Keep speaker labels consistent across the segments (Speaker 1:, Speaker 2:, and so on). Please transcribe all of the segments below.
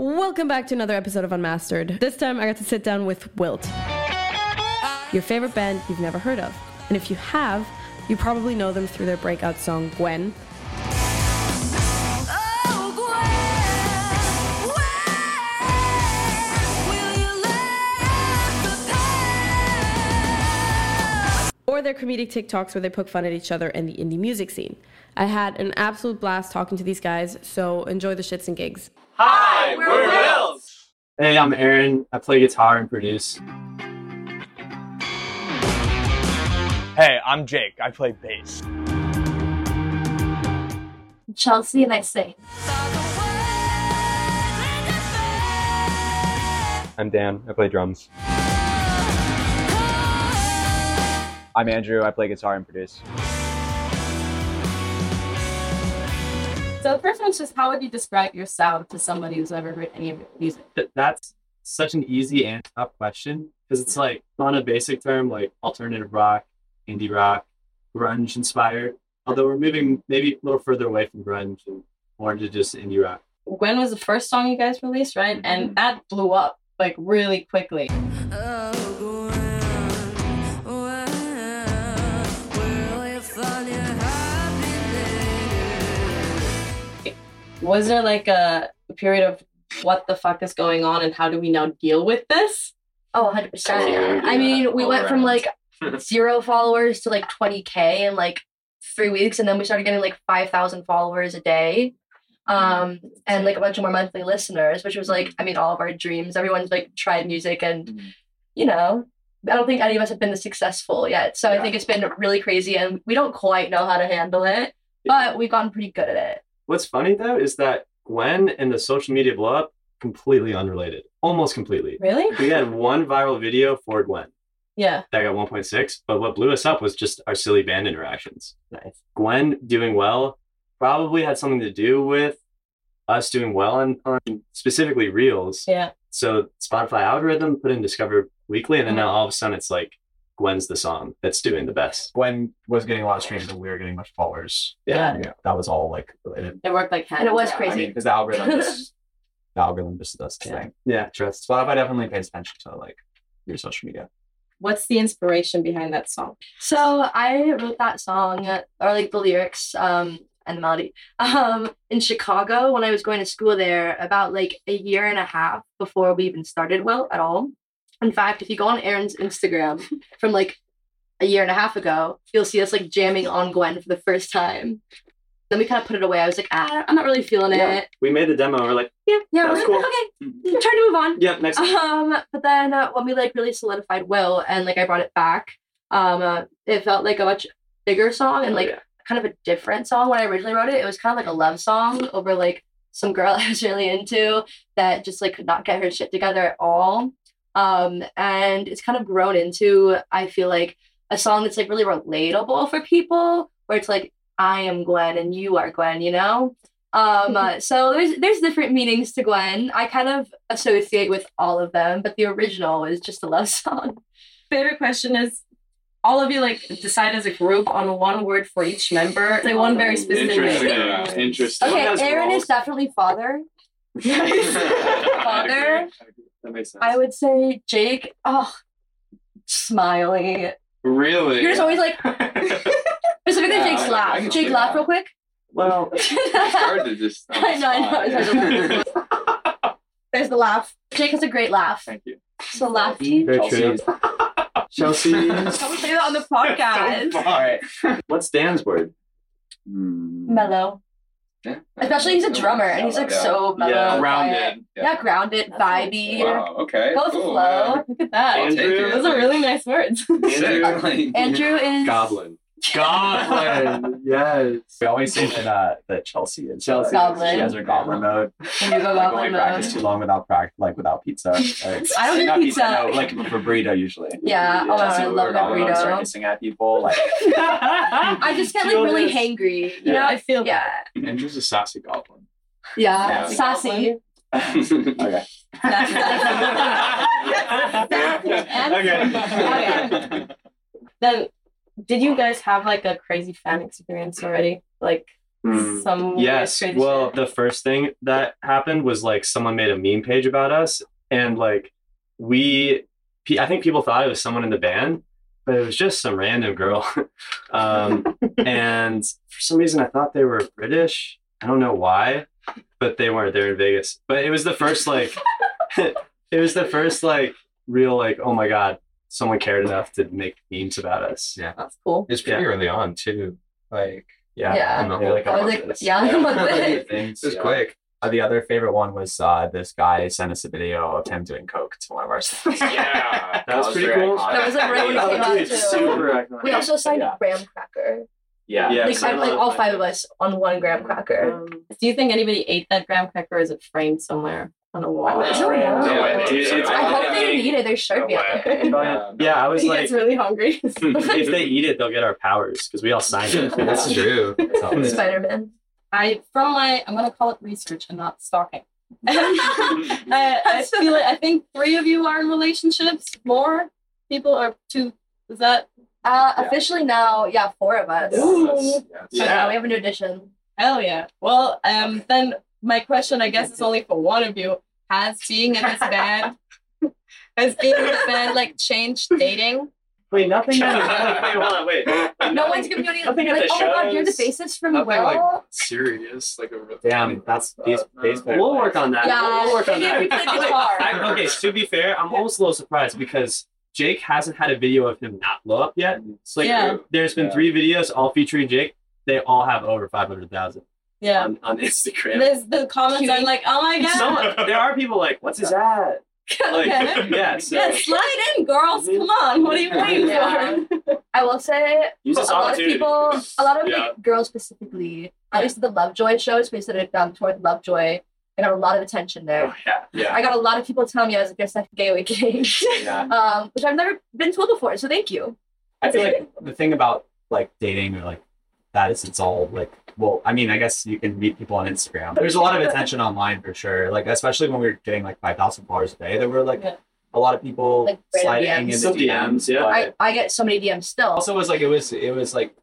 Speaker 1: Welcome back to another episode of Unmastered. This time I got to sit down with Wilt, your favorite band you've never heard of. And if you have, you probably know them through their breakout song Gwen. Or their comedic TikToks where they poke fun at each other and the indie music scene. I had an absolute blast talking to these guys, so enjoy the shits and gigs.
Speaker 2: Hi, we're Wills.
Speaker 3: Hey, I'm Aaron. I play guitar and produce.
Speaker 4: Hey, I'm Jake. I play bass.
Speaker 5: Chelsea and I sing.
Speaker 6: I'm Dan. I play drums.
Speaker 7: I'm Andrew. I play guitar and produce.
Speaker 5: So the first one's just how would you describe your sound to somebody who's never heard any of your music?
Speaker 3: Th- That's such an easy and tough question because it's like on a basic term, like alternative rock, indie rock, grunge inspired. Although we're moving maybe a little further away from grunge and more into just indie rock.
Speaker 5: Gwen was the first song you guys released, right? And that blew up like really quickly. Was there like a period of what the fuck is going on and how do we now deal with this?
Speaker 8: Oh, 100%.
Speaker 2: Yeah,
Speaker 8: I mean, we
Speaker 2: all
Speaker 8: went from
Speaker 2: around.
Speaker 8: like zero followers to like 20K in like three weeks. And then we started getting like 5,000 followers a day um, and like a bunch of more monthly listeners, which was like, I mean, all of our dreams. Everyone's like tried music and, you know, I don't think any of us have been this successful yet. So I
Speaker 3: Yeah.
Speaker 8: think it's been really crazy and we don't quite know how to handle it, but we've gotten pretty good at it.
Speaker 3: What's funny though is that Gwen and the social media blow up completely unrelated, almost completely.
Speaker 5: Really?
Speaker 3: We had one viral video for Gwen
Speaker 5: Yeah.
Speaker 3: that got 1.6, but what blew us up was just our silly band interactions.
Speaker 5: Nice.
Speaker 3: Gwen doing well probably had something to do with us doing well on, on specifically Reels.
Speaker 5: Yeah.
Speaker 3: So Spotify algorithm put in Discover Weekly, and
Speaker 5: Mm-hmm.
Speaker 3: then now all of a sudden it's like Gwen's the song that's doing the best.
Speaker 7: Gwen was getting a lot of streams and we were getting much followers.
Speaker 5: Yeah.
Speaker 7: Yeah. That was all like related.
Speaker 5: It worked like hell.
Speaker 8: And it was
Speaker 7: Yeah, I
Speaker 8: crazy.
Speaker 7: mean, because the algorithm just the algorithm just does the
Speaker 5: Yeah.
Speaker 7: thing.
Speaker 3: Yeah, trust.
Speaker 7: Spotify definitely pays attention to like your social media.
Speaker 5: What's the inspiration behind that song?
Speaker 8: So I wrote that song uh, or like the lyrics um and the melody um in Chicago when I was going to school there about like a year and a half before we even started well at all. In fact, if you go on Aaron's Instagram from like a year and a half ago, you'll see us like jamming on Gwen for the first time. Then we kind of put it away. I was like, ah, I'm not really feeling
Speaker 3: Yeah.
Speaker 8: it.
Speaker 3: We made the demo. We're like, "Hmm,
Speaker 8: Yeah, yeah,
Speaker 3: That was
Speaker 8: we're-
Speaker 3: cool.
Speaker 8: okay. Trying to move on
Speaker 3: yeah, next.
Speaker 8: um but then uh, when we like really solidified will and like i brought it back um uh, it felt like a much bigger song and
Speaker 3: Oh,
Speaker 8: like
Speaker 3: yeah.
Speaker 8: kind of a different song when i originally wrote it it was kind of like a love song over like some girl i was really into that just like could not get her shit together at all um and it's kind of grown into i feel like a song that's like really relatable for people where it's like i am gwen and you are gwen you know um uh, so there's there's different meanings to gwen i kind of associate with all of them but the original is just a love song
Speaker 5: favorite question is all of you like decide as a group on one word for each member. It's like one very specific.
Speaker 2: Interesting.
Speaker 5: word.
Speaker 2: Interesting.
Speaker 8: okay
Speaker 3: has
Speaker 8: aaron
Speaker 3: roles.
Speaker 8: is definitely father Father,
Speaker 3: that makes sense.
Speaker 8: i would say jake oh smiling
Speaker 2: Really?
Speaker 8: you're just always like specifically
Speaker 2: Yeah,
Speaker 8: jake's
Speaker 2: I- I
Speaker 8: laugh
Speaker 2: can
Speaker 8: jake
Speaker 2: see
Speaker 8: laugh
Speaker 2: that.
Speaker 8: real quick
Speaker 3: well,
Speaker 2: It's hard to just. on the
Speaker 8: I know, I know,
Speaker 2: spot.
Speaker 8: it's hard
Speaker 2: Yeah.
Speaker 8: there's the laugh jake has a great laugh
Speaker 2: Thank you.
Speaker 8: so laugh team
Speaker 3: very true. Chelsea.
Speaker 8: can we say that on the podcast
Speaker 7: All right.
Speaker 3: What's Dan's word?
Speaker 8: Hmm. mellow
Speaker 2: Yeah.
Speaker 8: especially he's a drummer and he's like
Speaker 2: Yeah.
Speaker 8: so mellow
Speaker 3: Yeah.
Speaker 8: quiet.
Speaker 2: Rounded.
Speaker 8: yeah, grounded vibey
Speaker 2: Wow. Okay.
Speaker 8: Both
Speaker 2: cool,
Speaker 8: flow.
Speaker 2: man.
Speaker 5: Look at that.
Speaker 2: I'll take
Speaker 3: Andrew-
Speaker 2: it.
Speaker 5: Those are really nice words.
Speaker 2: Sick.
Speaker 8: Andrew is
Speaker 3: Goblin.
Speaker 7: Goblin.
Speaker 3: yes.
Speaker 7: We always say that uh, that Chelsea is
Speaker 3: Chelsea.
Speaker 8: Goblin.
Speaker 7: She has her goblin mode.
Speaker 8: Can you
Speaker 7: Like
Speaker 8: go about
Speaker 7: when we
Speaker 8: one
Speaker 7: practice too long without practice, like without pizza. Like,
Speaker 8: I don't uh, eat
Speaker 7: not
Speaker 8: pizza.
Speaker 7: No, like for burrito usually.
Speaker 8: Yeah, oh,
Speaker 7: Chelsea
Speaker 8: I
Speaker 7: will
Speaker 8: love
Speaker 7: go
Speaker 8: that
Speaker 7: around and start
Speaker 8: burrito.
Speaker 7: hissing at people like
Speaker 8: I just get like really hangry. You know,
Speaker 5: I feel
Speaker 8: yeah,
Speaker 6: Andrew's a sassy goblin.
Speaker 8: yeah,
Speaker 2: Yeah.
Speaker 8: sassy.
Speaker 7: okay.
Speaker 5: Okay. Then, did you guys have like a crazy fan experience already? Like
Speaker 7: Mm.
Speaker 2: Hmm.
Speaker 5: Some weird
Speaker 3: Yes.
Speaker 5: cringe
Speaker 3: Well,
Speaker 5: shit.
Speaker 3: the first thing that happened was like someone made a meme page about us, and like we, pe- I think people thought it was someone in the band, but it was just some random girl. um, and for some reason, I thought they were British. I don't know why, but they weren't. They're in Vegas. But it was the first like, it was the first like real like, oh my god, someone cared enough to make memes about us.
Speaker 6: Yeah.
Speaker 5: that's cool.
Speaker 6: It's pretty early on too. Like
Speaker 3: Yeah.
Speaker 8: Yeah.
Speaker 6: I'm not
Speaker 7: Yeah.
Speaker 6: like
Speaker 8: I was like, yeah, I'm like,
Speaker 7: Yeah.
Speaker 8: "What?"
Speaker 6: this is quick.
Speaker 7: Uh, the other favorite one was uh, this guy sent us a video of him doing coke to one of our songs.
Speaker 2: Yeah.
Speaker 3: That was pretty cool.
Speaker 8: That was, like, right when it
Speaker 2: Yeah,
Speaker 8: came out,
Speaker 2: dude,
Speaker 8: too.
Speaker 2: Super iconic.
Speaker 8: We also signed
Speaker 7: Yeah.
Speaker 8: graham cracker.
Speaker 2: yeah. yeah
Speaker 8: like,
Speaker 2: so
Speaker 8: I, like
Speaker 2: that
Speaker 8: all
Speaker 2: was
Speaker 8: five of us on one graham cracker.
Speaker 5: Do you think anybody ate that graham cracker or is it framed somewhere on a wall?
Speaker 8: I don't know.
Speaker 2: No way,
Speaker 8: I
Speaker 2: dude, it's-
Speaker 8: hope they didn't eat it. There should be out there.
Speaker 2: Yeah.
Speaker 3: Yeah, I was
Speaker 5: He
Speaker 3: like, hmm,
Speaker 5: gets really hungry.
Speaker 3: if they eat it, they'll get our powers because we all signed it.
Speaker 6: That's true.
Speaker 8: Spider Man.
Speaker 5: I from my I'm gonna call it research and not stalking.
Speaker 8: Uh,
Speaker 5: I, I feel it. I think three of you are in relationships. More people are two. Is that?
Speaker 8: Uh,
Speaker 7: Yeah.
Speaker 8: Officially now, yeah, four of us.
Speaker 7: That's-
Speaker 8: So now
Speaker 2: Yeah.
Speaker 8: we have a new addition.
Speaker 5: Hell yeah. Well, um, then my question, I guess, is only for one of you. Has being in this band, has being in this band, like changed dating?
Speaker 3: Wait, nothing. that- wait, hold on, wait.
Speaker 8: No one's giving you any.
Speaker 3: Nothing at
Speaker 8: Like,
Speaker 3: the
Speaker 8: oh my god, you're the
Speaker 3: shows.
Speaker 8: bassist from
Speaker 6: Nothing
Speaker 8: Well.
Speaker 6: like-
Speaker 2: serious, like a real
Speaker 3: Damn, that's these.
Speaker 6: these-
Speaker 3: Uh, We'll work on that.
Speaker 8: Yeah,
Speaker 3: we'll work on
Speaker 8: maybe
Speaker 3: that.
Speaker 8: we play guitar.
Speaker 3: I- okay, so to be fair, I'm almost a little surprised because Jake hasn't had a video of him not blow up yet. It's like
Speaker 5: Yeah.
Speaker 3: there's been
Speaker 2: Yeah.
Speaker 3: three videos all featuring Jake. They all have over 500,000
Speaker 5: Yeah.
Speaker 3: on, on Instagram.
Speaker 5: There's the comments. I'm like, oh my god.
Speaker 3: Someone, there are people like, what's his ad? Like,
Speaker 5: Okay.
Speaker 3: yeah, so
Speaker 5: Yeah, slide in, girls. Come on. What are you waiting
Speaker 8: Yeah.
Speaker 5: for?
Speaker 8: I will say
Speaker 2: Use
Speaker 8: a
Speaker 2: this
Speaker 8: lot of
Speaker 2: opportunity.
Speaker 8: people, a lot of
Speaker 2: Yeah.
Speaker 8: like girls specifically, at least the Lovejoy shows, we started down toward Lovejoy. I got a lot of attention there.
Speaker 2: Oh, yeah. Yeah.
Speaker 8: I got a lot of people telling me I was like their second gay awakening,
Speaker 7: Yeah.
Speaker 8: um, which I've never been told before. So thank you.
Speaker 7: I feel like the thing about like dating or like that is it's all like well, I mean, I guess you can meet people on Instagram. There's a lot of attention online for sure. Like especially when we were getting like five thousand followers a day, there were like
Speaker 5: Yeah.
Speaker 7: a lot of people
Speaker 8: Like, random
Speaker 7: sliding
Speaker 8: DMs.
Speaker 7: in the
Speaker 3: Some DMs, yeah.
Speaker 7: but-
Speaker 8: I, I get so many DMs still.
Speaker 7: also was like it was it was like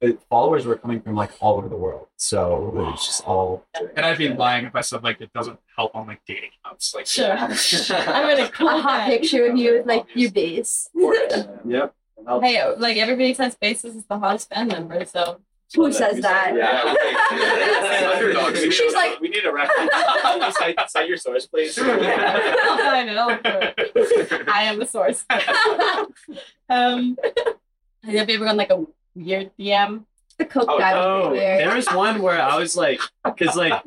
Speaker 7: the followers were coming from like all over the world so it was just all
Speaker 9: And I'd be lying if I said like it doesn't help on like dating apps. Like
Speaker 5: Sure. I'm gonna call
Speaker 8: a hot
Speaker 5: that.
Speaker 8: picture of you with like your bass.
Speaker 3: Yep.
Speaker 5: Hey, like everybody says, Basis is the hottest band member, so
Speaker 8: Who says that?
Speaker 2: Yeah.
Speaker 9: Underdogs.
Speaker 8: She's like,
Speaker 9: we need a reference. cite, cite your source, please.
Speaker 5: I'll find it. I'll look for it. I am the source. um, have you ever gotten like a weird DM?
Speaker 8: The Coke
Speaker 2: Oh,
Speaker 8: guy was
Speaker 3: Oh,
Speaker 8: pretty weird.
Speaker 3: there was one where I was like, because like,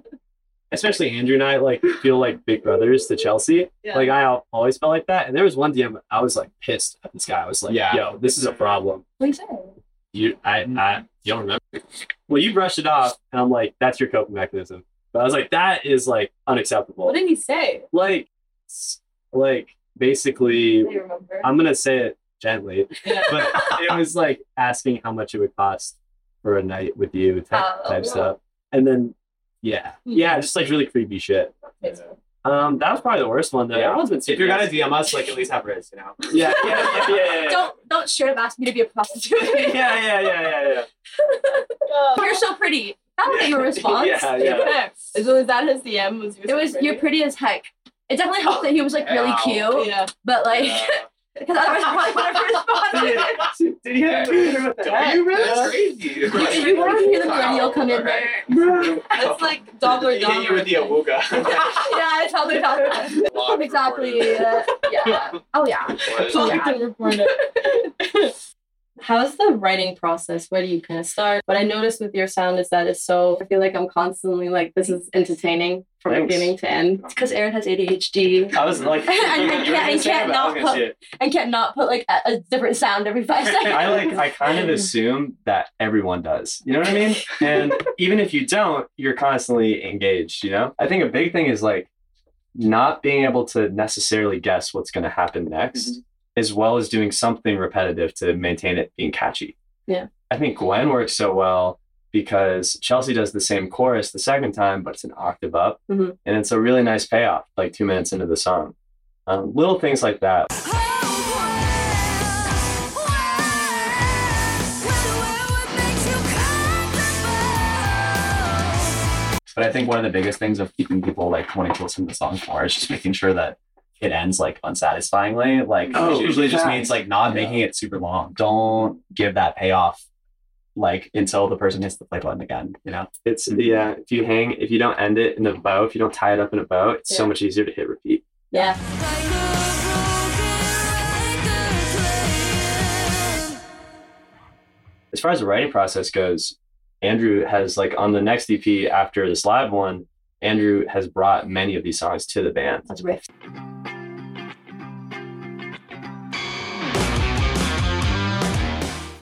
Speaker 3: especially Andrew and I like feel like big brothers to Chelsea.
Speaker 5: Yeah.
Speaker 3: Like I al- always felt like that. And there was one DM I was like pissed at this guy. I was like,
Speaker 6: Yeah.
Speaker 3: yo, this is a problem.
Speaker 8: What'd he say?
Speaker 3: You, I,
Speaker 6: Mm.
Speaker 3: I, you don't remember. Well, you brushed it off, and I'm like, that's your coping mechanism. But I was like, that is like
Speaker 5: What
Speaker 3: unacceptable.
Speaker 5: did he say?
Speaker 3: Like, s- like basically,
Speaker 8: Do you remember?
Speaker 3: I'm gonna say it gently,
Speaker 5: Yeah.
Speaker 3: but it was like asking how much it would cost for a night with you type,
Speaker 8: Oh.
Speaker 3: type stuff. And then yeah.
Speaker 5: Hmm.
Speaker 3: Yeah, just like really creepy shit. Um that was probably the worst one though.
Speaker 6: Yeah.
Speaker 3: Everyone's been
Speaker 6: If you're gonna
Speaker 3: serious.
Speaker 6: DM us, like at least have Riz, you know.
Speaker 3: Yeah, yeah, yeah, yeah, yeah.
Speaker 8: don't don't straight up ask me to be a prostitute.
Speaker 3: yeah, yeah, yeah, yeah, yeah.
Speaker 8: you're so pretty. That was your response.
Speaker 3: Yeah, yeah.
Speaker 5: Okay. So is that his DM? Was
Speaker 8: It was you're pretty as heck. It definitely helped that he was like really cute,
Speaker 5: Yeah.
Speaker 8: but like because otherwise I probably would have responded.
Speaker 3: Did you have
Speaker 2: Are you really crazy?
Speaker 8: you want to hear the millennial come in there?
Speaker 5: It's like dollar dollar.
Speaker 9: Hit you with the awooga.
Speaker 8: yeah, it's how they're talking. Exactly. Yeah. yeah. Oh yeah.
Speaker 5: So you can report it. How's the writing process? Where do you kind of start? What I noticed with your sound is that it's so, I feel like I'm constantly like, this is entertaining from
Speaker 3: Thanks.
Speaker 5: beginning to end.
Speaker 8: It's because Aaron has ADHD
Speaker 3: I was like,
Speaker 8: And I
Speaker 3: you were
Speaker 8: can't-
Speaker 3: gonna
Speaker 8: I
Speaker 3: say
Speaker 8: can't
Speaker 3: it, but I was
Speaker 8: not
Speaker 3: gonna
Speaker 8: put-
Speaker 3: say it.
Speaker 8: and can't not put like a, a different sound every five seconds.
Speaker 3: I like
Speaker 7: I kind of assume that everyone does.
Speaker 3: You know what I mean? And even if you don't, you're constantly engaged, you know? I think a big thing is like not being able to necessarily guess what's going to happen next, as well as doing something repetitive to maintain it being catchy.
Speaker 5: Yeah.
Speaker 3: I think Gwen works so well because Chelsea does the same chorus the second time, but it's an octave up.
Speaker 5: Mhm.
Speaker 3: And it's a really nice payoff, like two minutes into the song. Um, little things like that.
Speaker 10: Where the world makes you comfortable.
Speaker 7: But I think one of the biggest things of keeping people like wanting to listen to the songs more is just making sure that it ends like unsatisfyingly. Like
Speaker 2: Oh,
Speaker 7: it usually just
Speaker 2: yeah.
Speaker 7: means like not making it super long. Don't give that payoff like until the person hits the play button again. You know,
Speaker 3: It's yeah. If you hang, if you don't end it in a bow, if you don't tie it up in a bow, it's so
Speaker 5: Yeah.
Speaker 3: much easier to hit repeat.
Speaker 5: Yeah.
Speaker 3: As far as the writing process goes, Andrew has like on the next EP after this live one, Andrew has brought many of these songs to the band.
Speaker 8: Let's riff.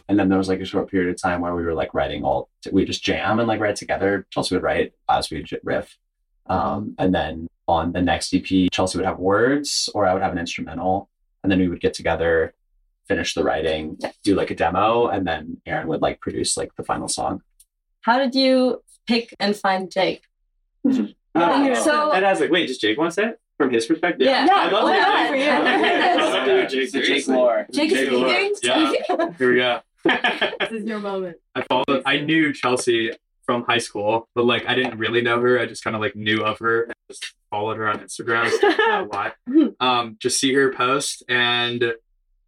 Speaker 7: and then there was like a short period of time where we were like writing all we just jam and like write together. Chelsea would write, as we would riff, um, and then on the next EP, Chelsea would have words or I would have an instrumental, and then we would get together, finish the writing, do like a demo, and then Aaron would like produce like the final song.
Speaker 5: How did you pick and find Jake?
Speaker 3: Uh,
Speaker 8: So-
Speaker 3: and I was like, wait, does Jake want that from his perspective?
Speaker 5: Yeah.
Speaker 8: Yeah, oh
Speaker 3: I love
Speaker 8: why
Speaker 3: that.
Speaker 8: not?
Speaker 5: for you.
Speaker 3: Let's do it, Jake.
Speaker 6: Jake
Speaker 8: Jake is
Speaker 3: Jake Lore.
Speaker 8: speaking.
Speaker 3: Yeah.
Speaker 9: Here we go.
Speaker 1: This is your moment.
Speaker 9: I followed. I knew Chelsea from high school, but like I didn't really know her. I just kind of like knew of her. and just followed her on Instagram a lot. Um, just see her post, and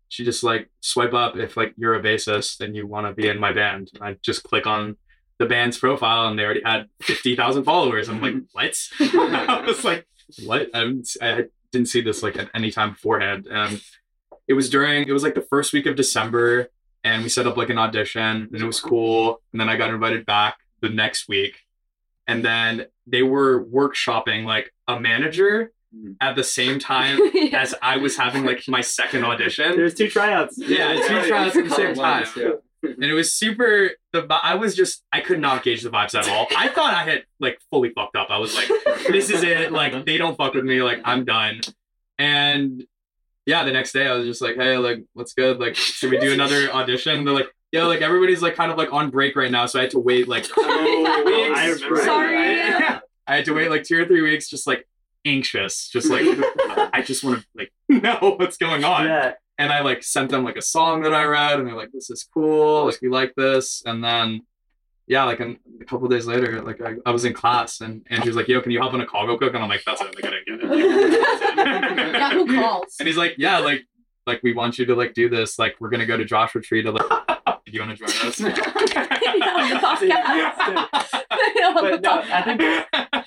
Speaker 9: she just like swipe up if like you're a bassist and you want to be in my band. And I just click on the band's profile, and they already had fifty thousand followers. I'm like, what? I was like, what? I didn't, I didn't see this like at any time beforehand. Um, it was during. It was like the first week of December and we set up like an audition and it was cool and then i got invited back the next week and then they were workshopping like a manager at the same time as i was having like my second audition
Speaker 3: There's two tryouts.
Speaker 9: yeah two trials at the same time
Speaker 2: Yeah.
Speaker 9: and it was super the vi- i was just i could not gauge the vibes at all i thought i had like fully fucked up i was like this is it
Speaker 2: Uh-huh.
Speaker 9: like they don't fuck with me like i'm done and yeah the next day i was just like hey like what's good like should we do another audition and they're like yeah like everybody's like kind of like on break right now so i had to wait like
Speaker 2: Oh, I remember.
Speaker 5: Sorry.
Speaker 9: yeah. i had to wait like two or three weeks just like anxious just like i just want to like know what's going on
Speaker 3: Yeah.
Speaker 9: and I like sent them like a song that I read, and they're like, "This is cool. Like we like this." And then, yeah, like an- a couple days later, like I, I was in class, and and she was like, "Yo, can you help on a call real quick?" And I'm like, "That's it. Like I didn't get it."
Speaker 8: Yeah, who calls?
Speaker 9: and he's like, "Yeah, like like we want you to like do this. Like we're gonna go to Joshua Tree to like." Do you want to join us?
Speaker 3: But no, I think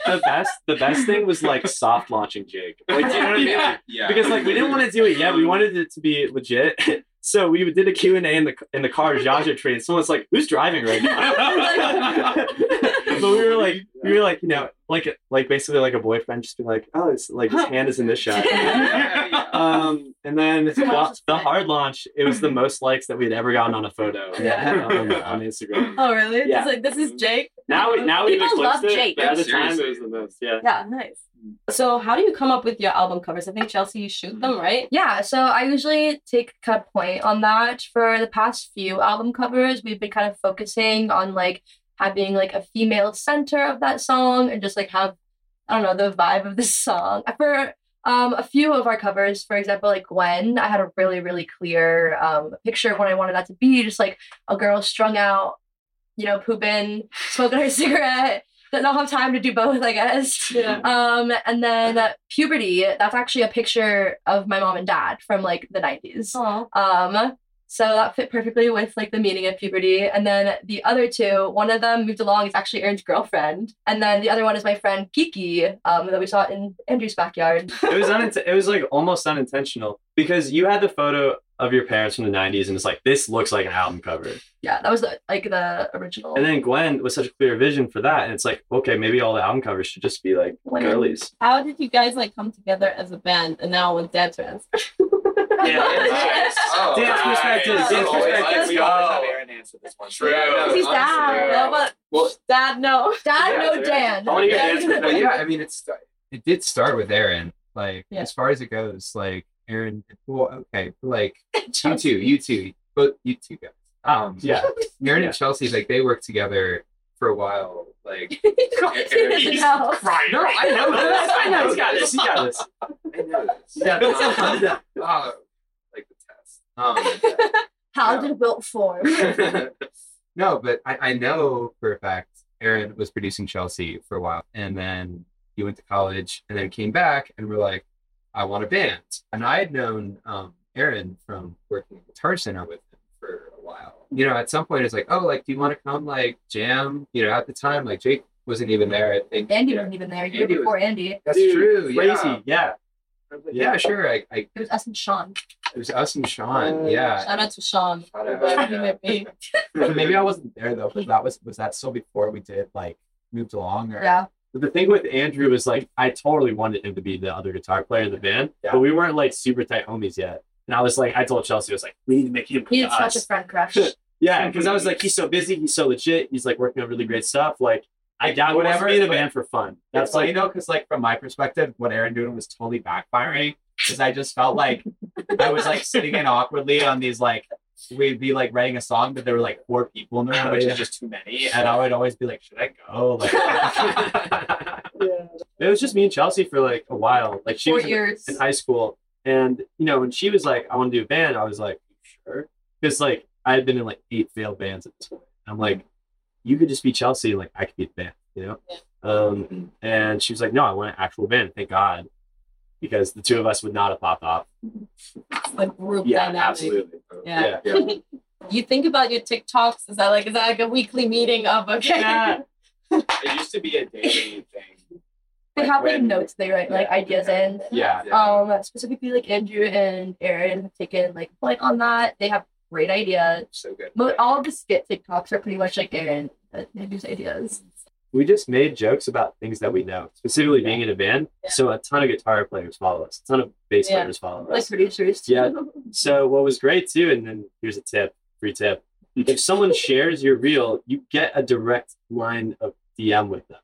Speaker 3: the best the best thing was like soft launching Jake. Like, do you know what I mean?
Speaker 9: Yeah.
Speaker 2: Yeah.
Speaker 3: Because like we didn't want to do it yet. We wanted it to be legit. So we did a Q and A in the in the car Jaja tree, and someone's like, "Who's driving right now?" but we were like, we were like, you know, like like basically like a boyfriend, just be like, "Oh, it's like his hand is in this shot." Um, and then the, the hard launch, it was the most likes that we had ever gotten on a photo.
Speaker 7: Yeah.
Speaker 3: on, on Instagram.
Speaker 5: Oh, really?
Speaker 3: Yeah.
Speaker 5: It's like, this is Jake.
Speaker 3: Now, we- now we've
Speaker 8: People
Speaker 3: eclipsed
Speaker 8: love
Speaker 3: it,
Speaker 8: Jake.
Speaker 3: but at the
Speaker 2: Yeah,
Speaker 3: time it was
Speaker 2: seriously.
Speaker 3: the most. Yeah.
Speaker 8: Yeah, nice.
Speaker 5: So, how do you come up with your album covers? I think Chelsea, you shoot them, right?
Speaker 8: Yeah, so I usually take kind of point on that. For the past few album covers, we've been kind of focusing on like having like a female center of that song and just like have I don't know the vibe of the song. For um a few of our covers, for example, like Gwen, I had a really really clear um picture of what I wanted that to be, just like a girl strung out, you know, pooping, smoking her cigarette. Doesn't have time to do both, I guess.
Speaker 5: Yeah.
Speaker 8: Um, and then uh, puberty. That's actually a picture of my mom and dad from like the nineties.
Speaker 5: Oh,
Speaker 8: Um, so that fit perfectly with like the meaning of puberty. And then the other two, one of them moved along is actually Aaron's girlfriend, and then the other one is my friend Kiki, um, that we saw in Andrew's backyard.
Speaker 3: it was unint- it was like almost unintentional because you had the photo of your parents from the 90s and it's like this looks like an album cover
Speaker 8: yeah, that was the, like the original.
Speaker 3: and then gwen was such a clear vision for that and it's like okay maybe all the album covers should just be like
Speaker 8: Women.
Speaker 3: girlies
Speaker 5: How did you guys like come together as a band and now with Dead Trans?
Speaker 2: Yeah. Oh,
Speaker 3: Dance
Speaker 2: nice.
Speaker 3: perspective, dance
Speaker 2: Always
Speaker 3: perspective.
Speaker 2: like
Speaker 6: We
Speaker 2: to
Speaker 6: always
Speaker 2: go.
Speaker 6: have Aaron answer this one.
Speaker 2: True.
Speaker 6: Yeah.
Speaker 2: He's
Speaker 5: He's down. No, but
Speaker 2: Well,
Speaker 5: dad, no.
Speaker 8: Dad,
Speaker 2: Yeah,
Speaker 8: no
Speaker 2: there-
Speaker 8: Dan.
Speaker 3: I wanna hear
Speaker 8: Yeah.
Speaker 3: dance perspective.
Speaker 6: But yeah, I mean, it's it did start with Aaron. Like
Speaker 5: Yeah.
Speaker 6: as far as it goes, like Aaron. Well, okay, like you two, you two, both you two guys. Um,
Speaker 3: yeah
Speaker 6: Aaron
Speaker 3: Yeah.
Speaker 6: and Chelsea, like they worked together for a while. Like
Speaker 8: He doesn't know.
Speaker 6: no, I know this. I know
Speaker 3: you got this you got this
Speaker 6: I know this.
Speaker 3: yeah.
Speaker 6: Oh, like the test. Um,
Speaker 8: How did Wilt form?
Speaker 6: no, but I, I know for a fact Aaron was producing Chelsea for a while, and then he went to college, and then came back, and we're like, I want a band. And I had known um, Aaron from working at Guitar Center with him for a while. You know, at some point, it's like, oh, like, do you want to come like jam? You know, at the time, like Jake wasn't even there. I think
Speaker 8: Andy
Speaker 6: you know,
Speaker 8: wasn't even there. You were
Speaker 6: Andy was-
Speaker 8: before Andy.
Speaker 6: That's
Speaker 3: Dude,
Speaker 6: true. Yeah.
Speaker 3: Crazy. Yeah.
Speaker 6: Yeah, sure. I, I,
Speaker 8: It was us and Sean.
Speaker 6: it was us and
Speaker 2: Uh,
Speaker 6: Sean. Yeah.
Speaker 5: Shout out to Sean.
Speaker 6: Shout out,
Speaker 5: Glad you
Speaker 6: yeah.
Speaker 5: met me.
Speaker 7: Maybe I wasn't there though, because that was was that still before we did like moved along or
Speaker 8: Yeah.
Speaker 3: But the thing with Andrew was like, I totally wanted him to be the other guitar player in the band,
Speaker 7: Yeah.
Speaker 3: but we weren't like super tight homies yet. And I was like, I told Chelsea, I was like, we need to make him.
Speaker 8: He had
Speaker 3: to us.
Speaker 8: such a friend crush.
Speaker 3: Yeah, because I was like, he's so busy, he's so legit, he's like working on really great stuff. Like, I doubt he wants to
Speaker 7: Whatever,
Speaker 3: be in a
Speaker 7: but-
Speaker 3: band for fun.
Speaker 7: That's
Speaker 3: That's
Speaker 7: like, you
Speaker 3: like,
Speaker 7: know, because like from my perspective, what Aaron doing was totally backfiring. Because I just felt like I was like sitting in awkwardly on these like we'd be like writing a song, but there were like four people in the
Speaker 3: Oh,
Speaker 7: room, which is just too many, and I would always be like, should I go? Like,
Speaker 3: it was just me and Chelsea for like a while. Like, she
Speaker 8: Four
Speaker 3: was in-
Speaker 8: years.
Speaker 3: in high school, and you know, when she was like, I want to do a band, I was like, sure, because like I had been in like eight failed bands at this point. I'm like, you could just be Chelsea, like I could be the band, you know. Um, and she was like, no, I want an actual band. Thank God, because the two of us would not have popped off.
Speaker 5: Like group
Speaker 3: Yeah,
Speaker 5: dynamic.
Speaker 3: absolutely.
Speaker 5: Yeah.
Speaker 3: yeah.
Speaker 5: You think about your TikToks. Is that like is that like a weekly meeting of okay?
Speaker 3: Yeah.
Speaker 2: It used to be a daily thing.
Speaker 8: They have like
Speaker 2: when-
Speaker 8: notes they write like ideas in.
Speaker 2: Yeah.
Speaker 8: Um, specifically like Andrew and Aaron have taken like like on that. They have great ideas.
Speaker 2: so good.
Speaker 8: But all of the skit TikToks are pretty much like Aaron and Andrew's ideas.
Speaker 3: we just made jokes about things that we know, specifically being in a band.
Speaker 5: Yeah.
Speaker 3: So a ton of guitar players follow us, a ton of bass
Speaker 5: Yeah.
Speaker 3: players follow
Speaker 8: Like
Speaker 3: us.
Speaker 8: producers.
Speaker 3: Yeah. So what was great too, and then here's a tip, free tip. If someone shares your reel, you get a direct line of DM with them.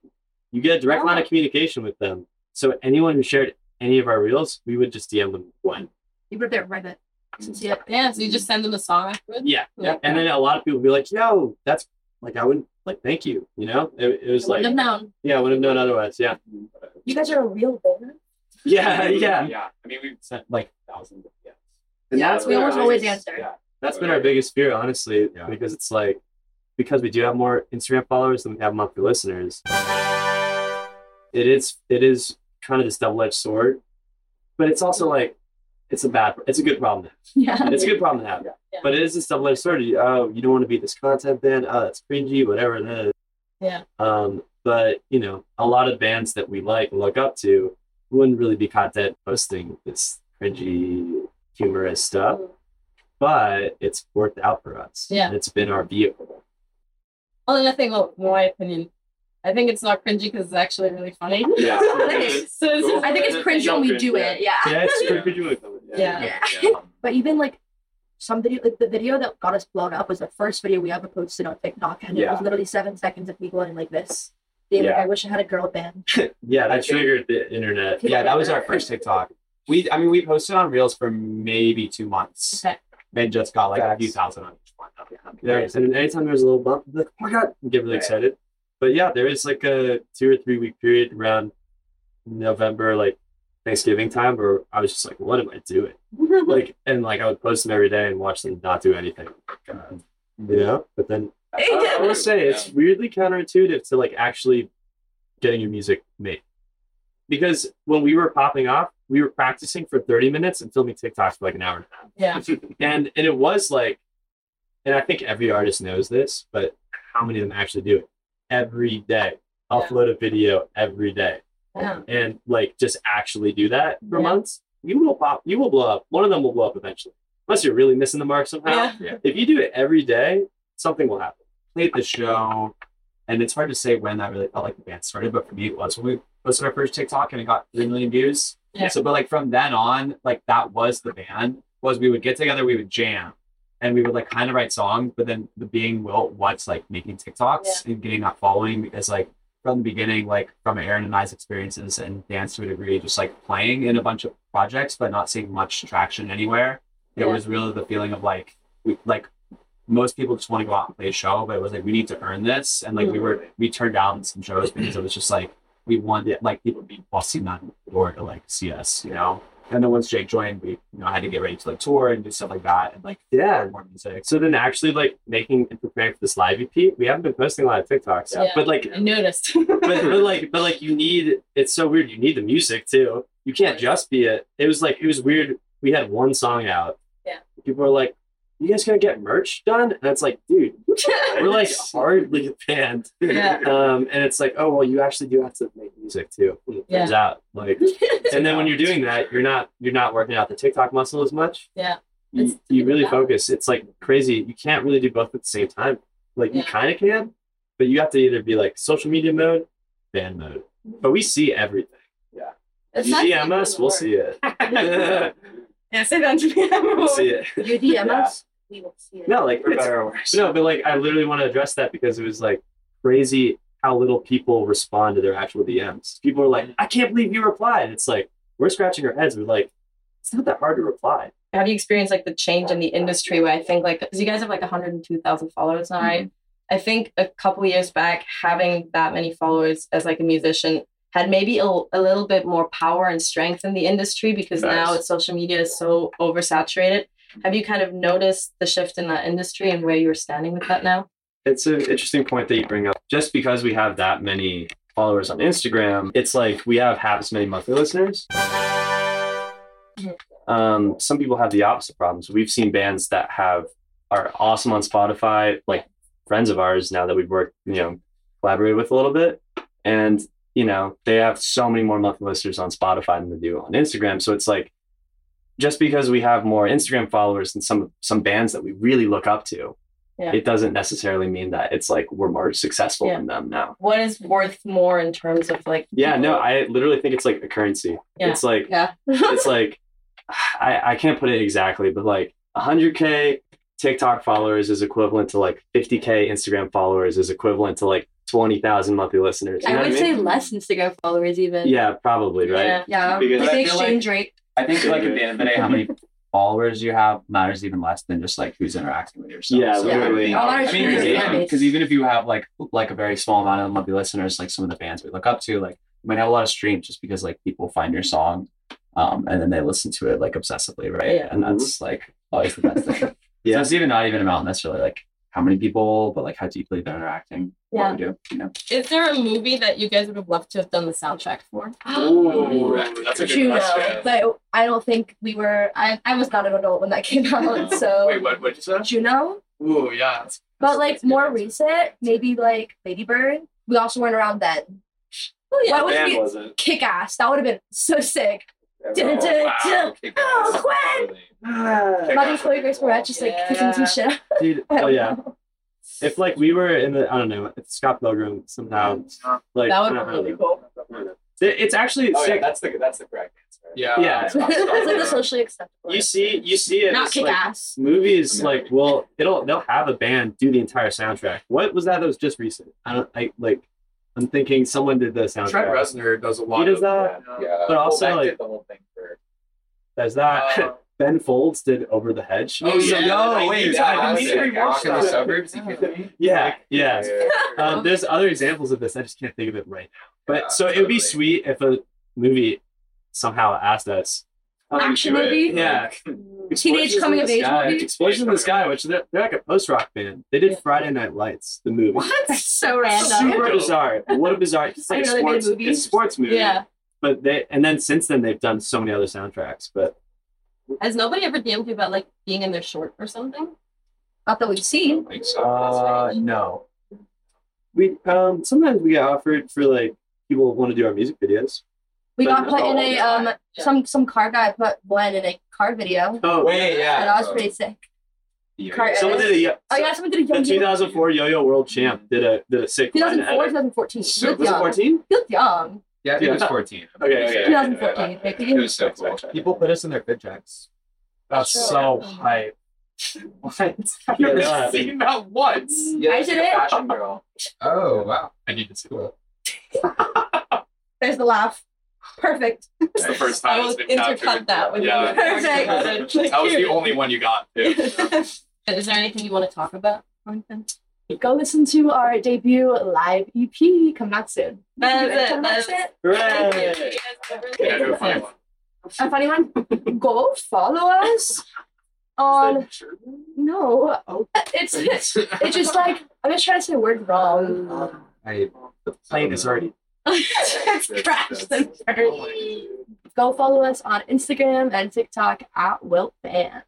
Speaker 3: You get a direct line of communication with them. So anyone who shared any of our reels, we would just DM them one.
Speaker 8: You were there right Since yeah.
Speaker 5: Yeah, so you just send them a song afterwards.
Speaker 3: Yeah.
Speaker 5: Yeah.
Speaker 3: And then a lot of people would be like, yo, that's like I wouldn't like thank you. You know? It, it was like
Speaker 8: Wouldn't have known.
Speaker 3: yeah, I would have known otherwise. Yeah.
Speaker 8: You guys are a real band.
Speaker 3: Yeah, yeah.
Speaker 2: Yeah. I mean, we've
Speaker 3: Sent like thousands of DMs.
Speaker 8: Yeah,
Speaker 2: that's
Speaker 8: we
Speaker 2: what
Speaker 8: almost
Speaker 2: I-
Speaker 8: always answer.
Speaker 2: Yeah.
Speaker 3: That's been our biggest fear, honestly,
Speaker 7: Yeah.
Speaker 3: because it's like because we do have more Instagram followers than we have monthly listeners. It is it is kind of this double edged sword, but it's also like it's a bad it's a good problem to
Speaker 8: Yeah.
Speaker 3: have. It's a good problem to have,
Speaker 5: Yeah.
Speaker 3: but it is this double edged sword. You, oh, you don't want to be this content band. Oh, that's cringy, whatever it is.
Speaker 5: Yeah.
Speaker 3: Um, but you know, a lot of bands that we like and look up to wouldn't really be content posting this cringy, humorous stuff but it's worked out for us.
Speaker 5: Mm-hmm. Yeah.
Speaker 3: And It's been our vehicle.
Speaker 5: Well, and I think, well, in my opinion, I think it's not cringy because it's actually really funny.
Speaker 2: Yeah.
Speaker 5: So it's just-
Speaker 8: I think it's cringe when we do it. Yeah.
Speaker 3: Yeah, it's
Speaker 2: Yeah.
Speaker 3: pretty good.
Speaker 5: Yeah.
Speaker 8: Yeah. But even like some video, like the video that got us blown up was the first video we ever posted on TikTok, and it was literally seven seconds of me going like this. Being like,
Speaker 3: Yeah.
Speaker 8: I wish I had a girl band.
Speaker 3: Yeah, that triggered the internet.
Speaker 7: yeah, that was our first TikTok. We, I mean, we posted on Reels for maybe two months,
Speaker 5: Okay.
Speaker 7: and just got like a few
Speaker 3: Facts.
Speaker 7: thousand on each one.
Speaker 3: There, and anytime there's a little bump, like, oh my God, you get really excited. But yeah, there is like a two or three week period around November, like Thanksgiving time, where I was just like, what am I doing? like, and like I would post them every day and watch them not do anything. God. You know? But then I will say it's weirdly counterintuitive to like actually getting your music made. Because when we were popping off, we were practicing for 30 minutes and filming TikToks for like an hour and a half. Yeah. and and it was like, and I think every artist knows this, but how many of them actually do it? Every day. Upload a video every day.
Speaker 5: Yeah.
Speaker 3: And like just actually do that for
Speaker 5: Yeah.
Speaker 3: months. You will pop, you will blow up. One of them will blow up eventually. Unless you're really missing the mark somehow.
Speaker 5: Yeah.
Speaker 3: If you do it every day, something will happen.
Speaker 7: played the show, and it's hard to say when that really felt like the band started, but for me it was when we posted our first TikTok and it got three million views.
Speaker 5: Yeah.
Speaker 7: So, but like from then on, like that was the band. Was we would get together, we would jam, and we would like kind of write songs, but then the being Wilt was like making TikToks and getting that following because like from the beginning, like from Aaron and I's experiences and dance to a degree, just like playing in a bunch of projects but not seeing much traction anywhere. It
Speaker 5: Yeah.
Speaker 7: was really the feeling of like we like most people just want to go out and play a show, but it was like we need to earn this. And like we were
Speaker 3: Mm-hmm.
Speaker 7: we turned down some shows because it was just like we wanted like people to be busting on the door to like see us, you know. And then once Jake joined, we you know had to get ready to like tour and do stuff like that and like yeah more music.
Speaker 3: So then actually like making and preparing for this live EP, we haven't been posting a lot of TikToks.
Speaker 5: Yeah.
Speaker 3: But like
Speaker 5: I noticed.
Speaker 3: but, but like but like you need it's so weird you need the music too you can't just be it it was like it was weird we had one song out
Speaker 5: Yeah.
Speaker 3: people are like you guys gonna get merch done and it's like dude we're like hardly a band
Speaker 5: Yeah.
Speaker 3: um and it's like oh well you actually do have to make music too when it turns out like and then when you're doing that you're not you're not working out the tiktok muscle as much
Speaker 5: Yeah.
Speaker 3: you,
Speaker 5: It's-
Speaker 3: you really
Speaker 5: yeah.
Speaker 3: focus it's like crazy you can't really do both at the same time like you
Speaker 5: Yeah.
Speaker 3: kind of can but you have to either be like social media mode, band mode. But we see everything.
Speaker 5: It's
Speaker 3: you
Speaker 5: not
Speaker 3: DM
Speaker 5: even
Speaker 3: us,
Speaker 5: the
Speaker 3: we'll
Speaker 5: word.
Speaker 3: see it.
Speaker 5: Yeah, say that to me.
Speaker 3: we'll see it.
Speaker 8: You DM us, we will see it.
Speaker 3: No, like it's, no, but like I literally want to address that because it was like crazy how little people respond to their actual DMs. People are like, I can't believe you replied. It's like we're scratching our heads. We're like, it's not that hard to reply.
Speaker 5: How do you experience like the change in the industry where I think like because you guys have like 102,000 followers now, right?
Speaker 6: Mm-hmm.
Speaker 5: I think a couple years back, having that many followers as like a musician had maybe a, a little bit more power and strength in the industry because now it's social media is so oversaturated. Have you kind of noticed the shift in that industry and where you're standing with that now?
Speaker 3: it's an interesting point that you bring up. Just because we have that many followers on Instagram, it's like we have half as many monthly listeners. Um, some people have the opposite problems. We've seen bands that have are awesome on Spotify, like friends of ours now that we've worked, you know, collaborated with a little bit. And, you know, they have so many more monthly listeners on Spotify than they do on Instagram. So it's like just because we have more Instagram followers than some some bands that we really look up to,
Speaker 5: Yeah.
Speaker 3: it doesn't necessarily mean that it's like we're more successful
Speaker 5: Yeah.
Speaker 3: than them now.
Speaker 5: What is worth more in terms of like
Speaker 3: Yeah, no, I literally think it's like a currency.
Speaker 5: Yeah.
Speaker 3: It's like
Speaker 5: yeah
Speaker 3: it's like I, I can't put it exactly, but like 100k TikTok followers is equivalent to like 50k Instagram followers is equivalent to like 20,000 monthly listeners. You
Speaker 8: I
Speaker 3: know
Speaker 8: would
Speaker 3: what I
Speaker 8: say
Speaker 3: mean?
Speaker 8: less Instagram followers even.
Speaker 3: yeah, probably right.
Speaker 5: yeah
Speaker 8: Yeah.
Speaker 6: Because
Speaker 8: Like the
Speaker 6: I feel like-
Speaker 8: exchange rate.
Speaker 6: I think like at the end of the day, how many followers you have matters even less than just like who's interacting with yourself.
Speaker 3: Yeah, literally.
Speaker 8: A lot of
Speaker 6: I mean,
Speaker 8: streamers
Speaker 6: because
Speaker 8: are
Speaker 6: even,
Speaker 8: based.
Speaker 6: 'cause even if you have like like a very small amount of monthly listeners, like some of the bands we look up to, like you might have a lot of streams just because like people find your song, um, and then they listen to it like obsessively, right?
Speaker 5: Yeah.
Speaker 6: And that's like always the best thing. yeah, so it's even not even about necessarily like how many people, but like how deeply they're interacting.
Speaker 5: Yeah.
Speaker 6: What we do, you know?
Speaker 5: is there a movie that you guys would have loved to have done the soundtrack for
Speaker 2: Ooh, that's a good
Speaker 8: Juno,
Speaker 2: question.
Speaker 8: but I don't think we were. I, I was not an adult when that came out, so
Speaker 2: Wait, what? What'd you say?
Speaker 8: Juno.
Speaker 2: Ooh, yeah. that's-
Speaker 8: But like
Speaker 2: that's a good
Speaker 8: more
Speaker 2: answer.
Speaker 8: recent, maybe like Ladybird. We also weren't around then.
Speaker 3: Oh,
Speaker 5: Well, yeah.
Speaker 8: Why would
Speaker 2: Band
Speaker 8: we
Speaker 2: wasn't.
Speaker 8: kick ass? That would have been so sick. Dun,
Speaker 2: Oh,
Speaker 8: dun, dun.
Speaker 2: wow. Kick
Speaker 8: Oh,
Speaker 2: ass.
Speaker 8: Gwen!
Speaker 2: Totally.
Speaker 8: Imagine Chloe Grace Moretz just like kicking some shit.
Speaker 3: Dude, oh yeah. If like we were in the, I don't know, if Scott Pilgrim somehow, like
Speaker 5: that
Speaker 3: I
Speaker 5: would
Speaker 3: don't
Speaker 5: be really
Speaker 3: know.
Speaker 5: cool
Speaker 3: It- it's actually
Speaker 2: Oh, yeah,
Speaker 3: sick.
Speaker 2: that's the that's the correct answer.
Speaker 9: Yeah.
Speaker 3: Yeah.
Speaker 8: it's like the socially acceptable.
Speaker 3: you see, you see it.
Speaker 8: not
Speaker 3: it's
Speaker 8: kick
Speaker 3: like,
Speaker 8: ass.
Speaker 3: movies
Speaker 2: Yeah.
Speaker 3: like well it'll they'll have a band do the entire soundtrack what was that that was just recent i don't i like i'm thinking someone did the soundtrack
Speaker 9: Trent Reznor does a lot.
Speaker 3: He does
Speaker 9: of
Speaker 3: that,
Speaker 2: Yeah.
Speaker 3: But also,
Speaker 2: Well, Beck
Speaker 3: like-
Speaker 2: did the whole thing for.
Speaker 3: there's that
Speaker 9: Uh,
Speaker 3: ben folds did over the hedge
Speaker 9: Oh, yeah.
Speaker 3: no
Speaker 9: I
Speaker 3: wait
Speaker 9: knew
Speaker 3: i
Speaker 9: that.
Speaker 3: need to rewatch
Speaker 2: Walk in the
Speaker 3: that
Speaker 2: suburbs. You kidding me?
Speaker 3: yeah yeah
Speaker 2: Yeah.
Speaker 3: um, there's other examples of this i just can't think of it right now but
Speaker 2: Yeah,
Speaker 3: so it would be
Speaker 2: totally.
Speaker 3: sweet if a movie somehow asked us um,
Speaker 8: Action
Speaker 2: do it.
Speaker 8: movie?
Speaker 3: yeah
Speaker 8: Teenage
Speaker 3: Explosions
Speaker 8: coming
Speaker 3: in
Speaker 8: of
Speaker 3: the
Speaker 8: age
Speaker 3: Sky-
Speaker 8: movie?
Speaker 3: explosions in the sky which they're, they're like a post-rock band they did friday night lights the movie
Speaker 8: That's so
Speaker 3: super bizarre. What a bizarre! It's like a
Speaker 8: uh, Another made
Speaker 3: sports,
Speaker 8: movie?
Speaker 3: it's a sports movie.
Speaker 5: yeah
Speaker 3: But they and then since then they've done so many other soundtracks. But
Speaker 5: has nobody ever DM'd you about like being in their short or something
Speaker 8: Not that we've seen.
Speaker 2: Like, so-
Speaker 6: Uh, no.
Speaker 3: we um sometimes we get offered for like people want to do our music videos.
Speaker 8: We
Speaker 3: But
Speaker 8: got put
Speaker 3: no,
Speaker 8: in a
Speaker 2: it's
Speaker 8: um
Speaker 2: fine.
Speaker 5: Yeah.
Speaker 8: some some car guy put Gwen in a car video.
Speaker 3: Oh,
Speaker 6: Wait,
Speaker 8: And
Speaker 6: yeah.
Speaker 8: that was pretty sick. Car-
Speaker 3: someone did a yeah,
Speaker 8: Oh yeah, someone did a
Speaker 3: the
Speaker 8: young.
Speaker 3: 2004 Yo-Yo World Champ did a did a sick line
Speaker 8: 2004,
Speaker 3: edit.
Speaker 8: 2014. He
Speaker 6: So
Speaker 8: looked
Speaker 3: Was it
Speaker 8: young.
Speaker 3: 14?
Speaker 8: He looked young.
Speaker 6: Yeah, I think it was
Speaker 3: Yeah.
Speaker 6: 14.
Speaker 3: Okay, okay.
Speaker 2: Yeah.
Speaker 8: 2014,
Speaker 2: It
Speaker 8: maybe.
Speaker 2: was so cool.
Speaker 6: People put us in their good checks.
Speaker 3: That's
Speaker 8: Sure.
Speaker 3: so hype. What?
Speaker 9: I've
Speaker 3: Yeah,
Speaker 9: never
Speaker 3: that-
Speaker 9: seen that once.
Speaker 2: Yeah,
Speaker 8: I
Speaker 2: she's
Speaker 8: did
Speaker 2: a
Speaker 8: it.
Speaker 2: Fashion girl.
Speaker 6: Oh, wow. I need to see that.
Speaker 8: There's the laugh. Perfect.
Speaker 9: It's the first
Speaker 5: I
Speaker 9: time
Speaker 5: will
Speaker 9: it's been captured.
Speaker 5: intercut that when
Speaker 9: Yeah.
Speaker 5: you were talking about
Speaker 8: Perfect.
Speaker 5: it.
Speaker 9: That was the only one you got. Too.
Speaker 5: But is there anything you want to talk about? Jonathan?
Speaker 8: Go listen to our debut live EP coming out soon.
Speaker 5: That's it.
Speaker 8: Coming out
Speaker 5: That's
Speaker 8: soon.
Speaker 5: Thank you.
Speaker 3: Hooray!
Speaker 5: You guys are really
Speaker 9: Yeah, do a
Speaker 5: amazing.
Speaker 9: funny one.
Speaker 8: if anyone go follow us on no it's it's it's just like I'm just trying to say a word wrong.
Speaker 6: I
Speaker 3: The plane is already.
Speaker 8: it's crashed and burned. Go follow us on Instagram and TikTok at Wilt Band.